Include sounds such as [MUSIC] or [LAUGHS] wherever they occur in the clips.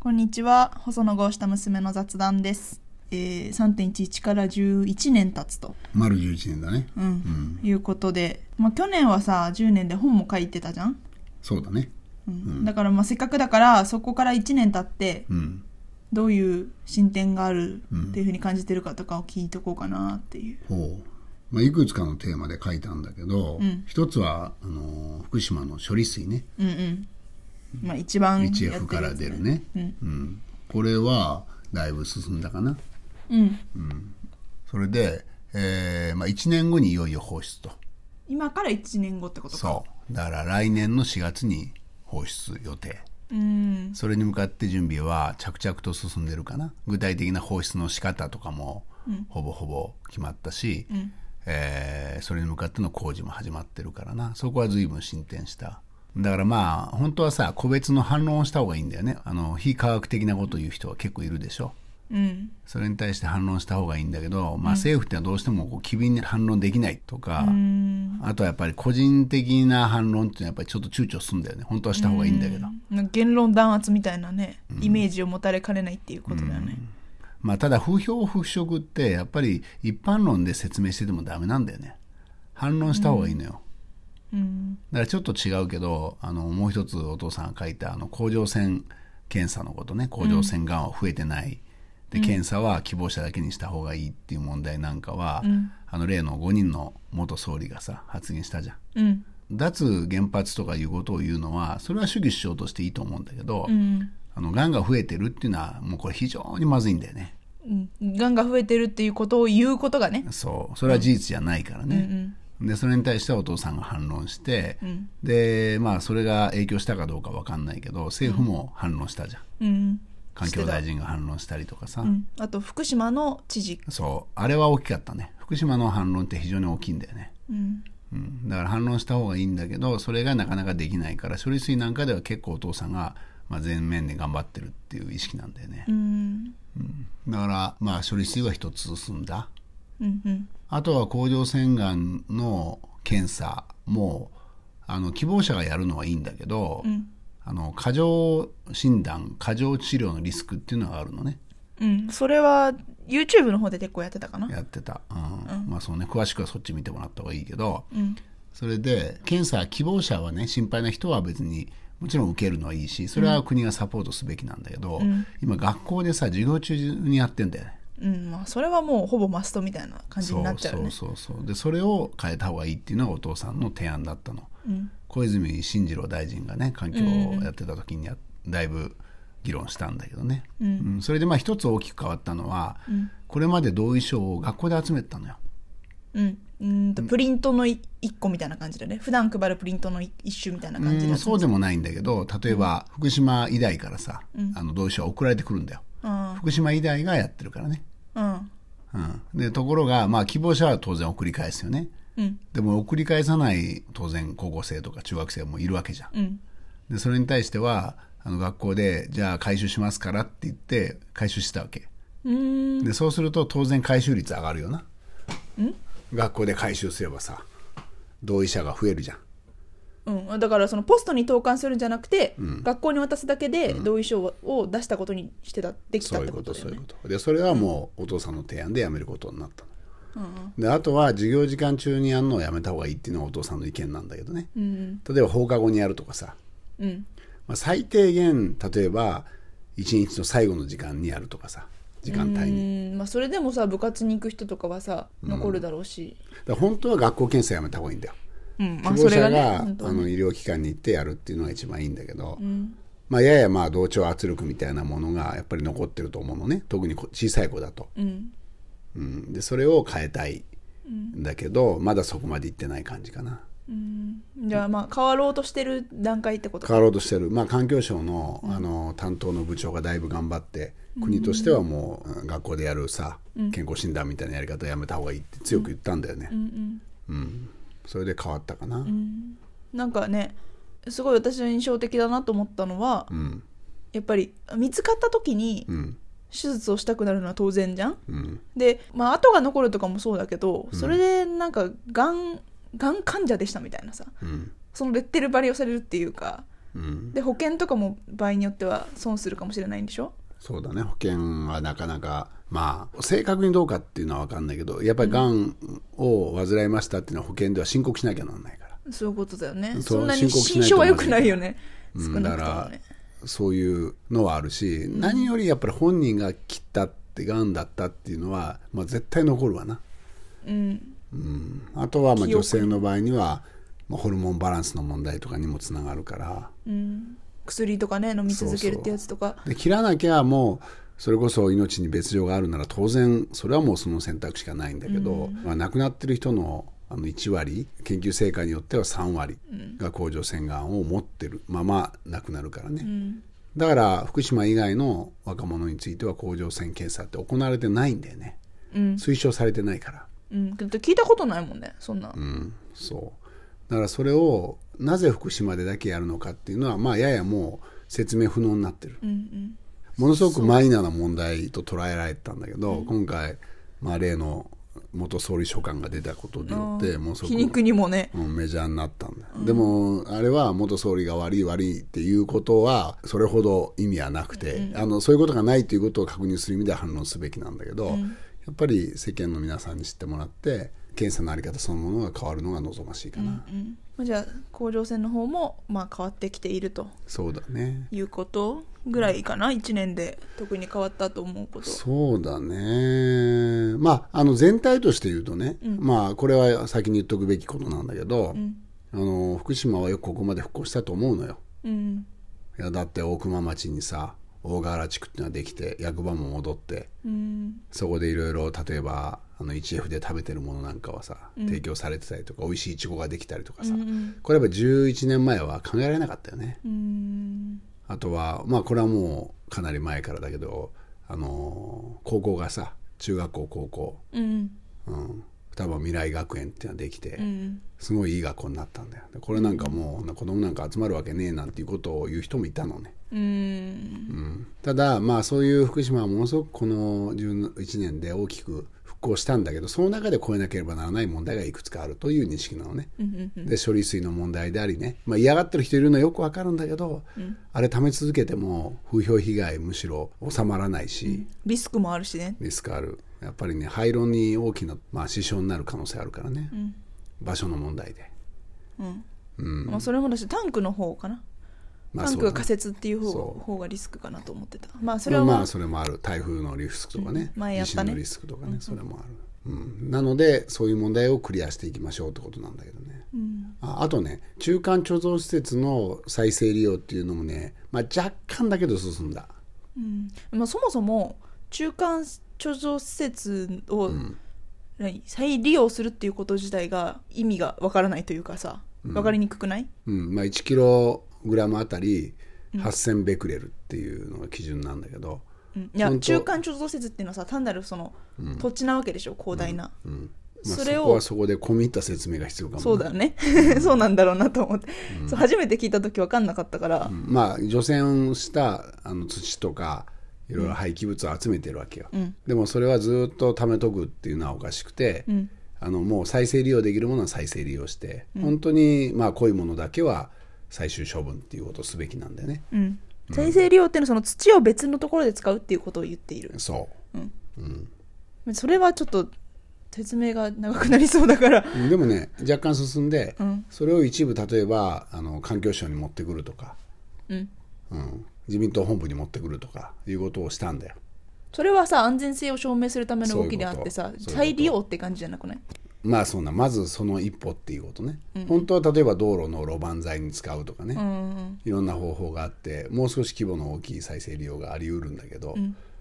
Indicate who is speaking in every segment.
Speaker 1: こんにちは細野豪した娘の雑談です、えー、3.11から11年経つと、
Speaker 2: 丸11年だね。
Speaker 1: うんいうことで、まあ、去年はさ10年で本も書いてたじゃん、
Speaker 2: そうだね。
Speaker 1: うん
Speaker 2: うん
Speaker 1: だからまあせっかくだからそこから1年経って
Speaker 2: うん。
Speaker 1: どういう進展があるっていうふうに感じてるかとかを聞いとこうかなっていう、
Speaker 2: ほう。まあ、いくつかのテーマで書いたんだけど、
Speaker 1: うん
Speaker 2: 一つは、あのー福島の処理水ね。
Speaker 1: うんうんまあ一番やってるやつ
Speaker 2: HF から出るね。
Speaker 1: うん
Speaker 2: うん。これは、だいぶ進んだかな。
Speaker 1: うん
Speaker 2: それで、えーまあ、1年後にいよいよ放出と。
Speaker 1: 今から1年後ってことか
Speaker 2: そう。だから来年の4月に放出予定。
Speaker 1: ううん
Speaker 2: それに向かって準備は着々と進んでるかな具体的な放出の仕方とかもほぼほぼ決まったし、えーそれに向かっての工事も始まってるからなそこは随分進展しただからまあ本当はさ個別の反論をした方がいいんだよねあの非科学的なことを言う人は結構いるでしょ
Speaker 1: うん
Speaker 2: それに対して反論した方がいいんだけど、まあ、政府ってのはどうしてもこう機敏に反論できないとか、
Speaker 1: うん
Speaker 2: あとはやっぱり個人的な反論っていうのはやっぱりちょっと躊躇するんだよね本当はした方がいいんだけど、
Speaker 1: なんか言論弾圧みたいなね、イメージを持たれかねないっていうことだよね、
Speaker 2: まあ、ただ風評払拭ってやっぱり一般論で説明しててもダメなんだよね反論した方がいいのよ、
Speaker 1: うん
Speaker 2: だからちょっと違うけどあのもう一つお父さんが書いたあの甲状腺検査のことね甲状腺がんは増えてない、で検査は希望者だけにした方がいいっていう問題なんかは、あの例の5人の元総理がさ発言したじゃん
Speaker 1: うん
Speaker 2: 脱原発とかいうことを言うのはそれは主義主張としていいと思うんだけど、
Speaker 1: うん
Speaker 2: あのがんが増えてるっていうのはもうこれ非常にまずいんだよね
Speaker 1: うんがんが増えてるっていうことを言うことがね
Speaker 2: そうそれは事実じゃないから
Speaker 1: うんう
Speaker 2: ね、
Speaker 1: ん
Speaker 2: でそれに対してはお父さんが反論して、
Speaker 1: ん
Speaker 2: でまあそれが影響したかどうかわかんないけど政府も反論したじゃん、
Speaker 1: うん
Speaker 2: 環境大臣が反論したりとかさ、
Speaker 1: うんあと福島の知事、
Speaker 2: そうあれは大きかったね福島の反論って非常に大きいんだよね、
Speaker 1: うん
Speaker 2: うん、だから反論した方がいいんだけどそれがなかなかできないから処理水なんかでは結構お父さんが、まあ、全面で頑張ってるっていう意識なんだよね
Speaker 1: う、ん
Speaker 2: だからまあ処理水は一つ進んだ
Speaker 1: うんうん
Speaker 2: あとは甲状腺がんの検査もあの希望者がやるのはいいんだけど、
Speaker 1: ん
Speaker 2: あの過剰診断過剰治療のリスクっていうのがあるのね
Speaker 1: うんそれは YouTube の方で結構やってたかな
Speaker 2: やってた、うんまあそうね詳しくはそっち見てもらった方がいいけど
Speaker 1: うん
Speaker 2: それで検査希望者はね心配な人は別にもちろん受けるのはいいしそれは国がサポートすべきなんだけど、今学校でさ授業中にやってんだよね
Speaker 1: うんまあそれはもうほぼマストみたいな感じになっちゃうよね
Speaker 2: そうそうそうそうでそれを変えた方がいいっていうのがお父さんの提案だったの、小泉進次郎大臣がね環境をやってた時にやだいぶ議論したんだけどね、うんそれでまあ一つ大きく変わったのは、これまで同意書を学校で集めてたのよ
Speaker 1: うんうんとプリントのい一個みたいな感じだね普段配るプリントのい一種みたいな感じ
Speaker 2: う
Speaker 1: だ
Speaker 2: んそうでもないんだけど例えば福島医大からさ、あの同意書は送られてくるんだ
Speaker 1: う
Speaker 2: よ、
Speaker 1: ん
Speaker 2: 福島医大がやってるからね、
Speaker 1: うん
Speaker 2: うん、でところが、まあ、希望者は当然送り返すよね
Speaker 1: うん
Speaker 2: でも送り返さない当然高校生とか中学生もいるわけじゃん
Speaker 1: うん
Speaker 2: でそれに対してはあの学校でじゃあ回収しますからって言って回収してたわけ
Speaker 1: うーん
Speaker 2: でそうすると当然回収率上がるよな学校で回収すればさ同意者が増えるじゃん
Speaker 1: うん、だからそのポストに投函するんじゃなくて、学校に渡すだけで同意書をを出したことにしてたできた
Speaker 2: そ
Speaker 1: っ
Speaker 2: うい
Speaker 1: て
Speaker 2: う
Speaker 1: こ
Speaker 2: ことと
Speaker 1: だよ
Speaker 2: そういう
Speaker 1: ね
Speaker 2: ことでそれはもうお父さんの提案でやめることになったの
Speaker 1: うん
Speaker 2: であとは授業時間中にやるのをやめた方がいいっていうのがお父さんの意見なんだけどね
Speaker 1: うん
Speaker 2: 例えば放課後にやるとかさ、
Speaker 1: うん
Speaker 2: まあ、最低限例えば一日の最後の時間にやるとかさ時間帯
Speaker 1: う
Speaker 2: に
Speaker 1: んまあ、それでもさ部活に行く人とかはさ残るだろうし、
Speaker 2: だから本当は学校検査やめた方がいいんだよ
Speaker 1: うんまあ、
Speaker 2: 希
Speaker 1: そ
Speaker 2: 望
Speaker 1: れが
Speaker 2: 者が,、
Speaker 1: ね
Speaker 2: あ
Speaker 1: 本当はね
Speaker 2: の医療機関に行ってやるっていうのが一番いいんだけど、まあ、ややまあ同調圧力みたいなものがやっぱり残ってると思うのね特にこ小さい子だと、
Speaker 1: うん
Speaker 2: うん、でそれを変えたいんだけど、まだそこまで行ってない感じかな
Speaker 1: じゃあまあ変わろうとしてる段階ってことか
Speaker 2: 変わろうとしてる、まあ、環境省の,、あの担当の部長がだいぶ頑張って国としてはもう、うん学校でやるさ健康診断みたいなやり方やめた方がいいって強く言ったんだよね、うんそれで変わったかな、
Speaker 1: なんかねすごい私の印象的だなと思ったのは、
Speaker 2: ん
Speaker 1: やっぱり見つかった時に
Speaker 2: うん
Speaker 1: 手術をしたくなるのは当然じゃん、
Speaker 2: うん
Speaker 1: で、まあ後が残るとかもそうだけど、それでなんかがんがん患者でしたみたいなさ
Speaker 2: うん
Speaker 1: そのレッテル貼りをされるっていうかで保険とかも場合によっては損するかもしれないんでしょ
Speaker 2: そうだね保険はなかなかまあ正確にどうかっていうのは分かんないけどやっぱりがんを患いましたっていうのは保険では申告しなきゃなんないから、
Speaker 1: そういうことだよね
Speaker 2: そう
Speaker 1: そんな
Speaker 2: 申
Speaker 1: に
Speaker 2: 告し
Speaker 1: 心
Speaker 2: ないと
Speaker 1: 証は良くないよね
Speaker 2: う
Speaker 1: 少
Speaker 2: ん
Speaker 1: な
Speaker 2: だ
Speaker 1: くとも
Speaker 2: か
Speaker 1: ね
Speaker 2: らそういうのはあるし、何よりやっぱり本人が切ったってがんだったっていうのは、まあ、絶対残るわな、
Speaker 1: うん
Speaker 2: うん、あとはまあ
Speaker 1: 記憶
Speaker 2: 女性の場合には、まあ、ホルモンバランスの問題とかにもつながるから
Speaker 1: うん薬とかね飲み続けるってやつとか
Speaker 2: で切らなきゃもうそれこそ命に別状があるなら当然それはもうその選択しかないんだけど、まあ、亡くなってる人のあの1割研究成果によっては3割が甲状腺がんを持ってるまま亡くなるからね、だから福島以外の若者については甲状腺検査って行われてないんだよね
Speaker 1: うん、
Speaker 2: 推奨されてないから
Speaker 1: うん、けど聞いたことないもんねそんな、
Speaker 2: うんそうだからそれをなぜ福島でだけやるのかっていうのはまあややもう説明不能になってる
Speaker 1: うんうん
Speaker 2: ものすごくマイナーな問題と捉えられてたんだけど、今回、まあ、例の元総理秘書官が出たことによってものすご
Speaker 1: 皮
Speaker 2: く
Speaker 1: 肉にもね
Speaker 2: うんメジャーになったんだ、でもあれは元総理が悪い悪いっていうことはそれほど意味はなくて、あのそういうことがないということを確認する意味では反論すべきなんだけど、やっぱり世間の皆さんに知ってもらって検査のあり方そのものが変わるのが望ましいかな、
Speaker 1: うんまあじゃあ甲状腺の方もまあ変わってきていると
Speaker 2: そうだね
Speaker 1: いうことぐらいかな、一1年で特に変わったと思うこと
Speaker 2: そうだね、まあ、あの全体として言うとね、まあ、これは先に言っとくべきことなんだけど、あの福島はよくここまで復興したと思うのよ。
Speaker 1: うん
Speaker 2: いやだって大熊町にさ大河原地区っていうのができて役場も戻って
Speaker 1: うん
Speaker 2: そこでいろいろ例えばあの 1F で食べてるものなんかはさ、提供されてたりとか美味しいイチゴができたりとかさ、これやっぱ11年前は考えられなかったよね。
Speaker 1: うん
Speaker 2: あとはまあこれはもうかなり前からだけどあのー高校がさ中学校高校、
Speaker 1: うん
Speaker 2: うん、双葉未来学園っていうのができて、
Speaker 1: うん
Speaker 2: すごいいい学校になったんだよでこれなんかもう子供なんか集まるわけねえなんていうことを言う人もいたのね、
Speaker 1: うん
Speaker 2: うん、ただまあそういう福島はものすごくこの11年で大きく復興したんだけどその中で越えなければならない問題がいくつかあるという認識なのね、で処理水の問題でありね、まあ、嫌がってる人いるのはよくわかるんだけど、あれ溜め続けても風評被害むしろ収まらないし、
Speaker 1: リスクもあるしね
Speaker 2: リスクあるやっぱりね廃炉に大きな、まあ、支障になる可能性あるからね、場所の問題で。
Speaker 1: うん、
Speaker 2: うん
Speaker 1: まあ、それもだしタンクの方かな、
Speaker 2: まあ
Speaker 1: タン
Speaker 2: そう
Speaker 1: ク
Speaker 2: だ
Speaker 1: が仮設っていう方
Speaker 2: そう
Speaker 1: 方がリスクかなと思ってたまあそれは
Speaker 2: まあ
Speaker 1: まあ、
Speaker 2: まあそれもある台風のリスクとかね、
Speaker 1: うん前や
Speaker 2: 地
Speaker 1: った
Speaker 2: 震
Speaker 1: ね
Speaker 2: のリスクとかね、それもある、うん、なのでそういう問題をクリアしていきましょうってことなんだけどね、ああとね中間貯蔵施設の再生利用っていうのもね、まあ、若干だけど進んだ
Speaker 1: うんまあ、そもそも中間貯蔵施設を、何再利用するっていうこと自体が意味がわからないというかさわかりにくくない、
Speaker 2: うんまあ、1キログラムあたり8000ベクレルっていうのが基準なんだけど、
Speaker 1: うんい
Speaker 2: ちゃ
Speaker 1: や
Speaker 2: んと
Speaker 1: 中間貯蔵施設っていうのはさ単なるその土地なわけでしょ広大な、
Speaker 2: まあ、
Speaker 1: そ
Speaker 2: そ
Speaker 1: れ
Speaker 2: こ
Speaker 1: を
Speaker 2: はそこで込み入った説明が必要かもな
Speaker 1: そうだね [LAUGHS] そうなんだろうなと思って、そう初めて聞いた時わかんなかったから、
Speaker 2: まあ除染したあの土とかいろいろ廃棄物を集めてるわけよ、
Speaker 1: ん
Speaker 2: でもそれはずっと貯めとくっていうのはおかしくて、
Speaker 1: ん
Speaker 2: あのもう再生利用できるものは再生利用して、本当にまあ濃いものだけは最終処分っていうことをすべきなんだよね
Speaker 1: うん再生利用っていうのはその土を別のところで使うっていうことを言っている
Speaker 2: そう、
Speaker 1: それはちょっと説明が長くなりそうだから
Speaker 2: でもね若干進んで、
Speaker 1: ん
Speaker 2: それを一部例えばあの環境省に持ってくるとか、
Speaker 1: うん
Speaker 2: うん、自民党本部に持ってくるとかいうことをしたんだよ
Speaker 1: それはさ安全性を証明するための動きであって
Speaker 2: そうい
Speaker 1: さ
Speaker 2: うこと
Speaker 1: 再利用って感じじゃなくない
Speaker 2: まあそんなまずその一歩っていうことね、本当は例えば道路の路盤材に使うとかね、
Speaker 1: うん
Speaker 2: いろんな方法があってもう少し規模の大きい再生利用がありうるんだけど、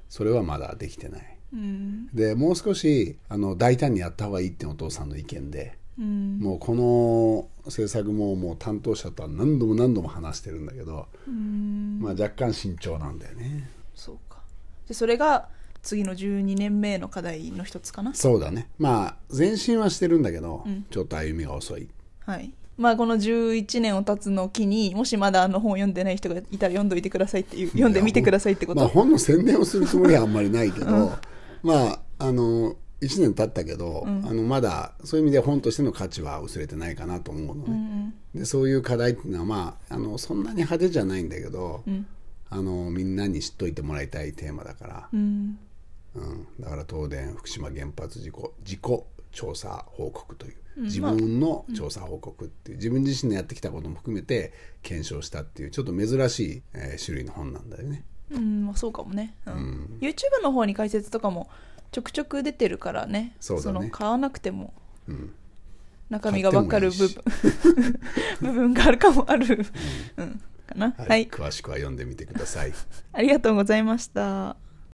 Speaker 2: それはまだできてない
Speaker 1: うん
Speaker 2: でもう少しあの大胆にやった方がいいってお父さんの意見で、
Speaker 1: うん
Speaker 2: もうこの政策ももう担当者とは何度も何度も話してるんだけど、
Speaker 1: うん
Speaker 2: まあ、若干慎重なんだよね
Speaker 1: そうかでそれが次の12年目の課題の一つかな
Speaker 2: そうだねまあ前進はしてるんだけど、ちょっと歩みが遅い
Speaker 1: はいまあこの11年を経つのを機にもしまだあの本を読んでない人がいたら読んどいてくださいっていう読んでみてくださいってこ
Speaker 2: まあ、
Speaker 1: と
Speaker 2: 本の宣伝をするつもりはあんまりないけど、まああの1年経ったけど、あのまだそういう意味で本としての価値は薄れてないかなと思うのね、でそういう課題っていうのは、まあ、あのそんなに派手じゃないんだけど、あのみんなに知っといてもらいたいテーマだから、
Speaker 1: うん
Speaker 2: うん、だから東電福島原発事故自己調査報告という、自分の調査報告っていう、自分自身のやってきたことも含めて検証したっていうちょっと珍しい、えー種類の本なんだよね。
Speaker 1: うん、まあ、そうかもね、うん YouTube の方に解説とかもちょくちょく出てるからね
Speaker 2: そうだね
Speaker 1: の買わなくても
Speaker 2: うん
Speaker 1: 中身が分かる部分部分 [LAUGHS] があるかもある、うん、かなはい、
Speaker 2: 詳しくは読んでみてください。
Speaker 1: ありがとうございました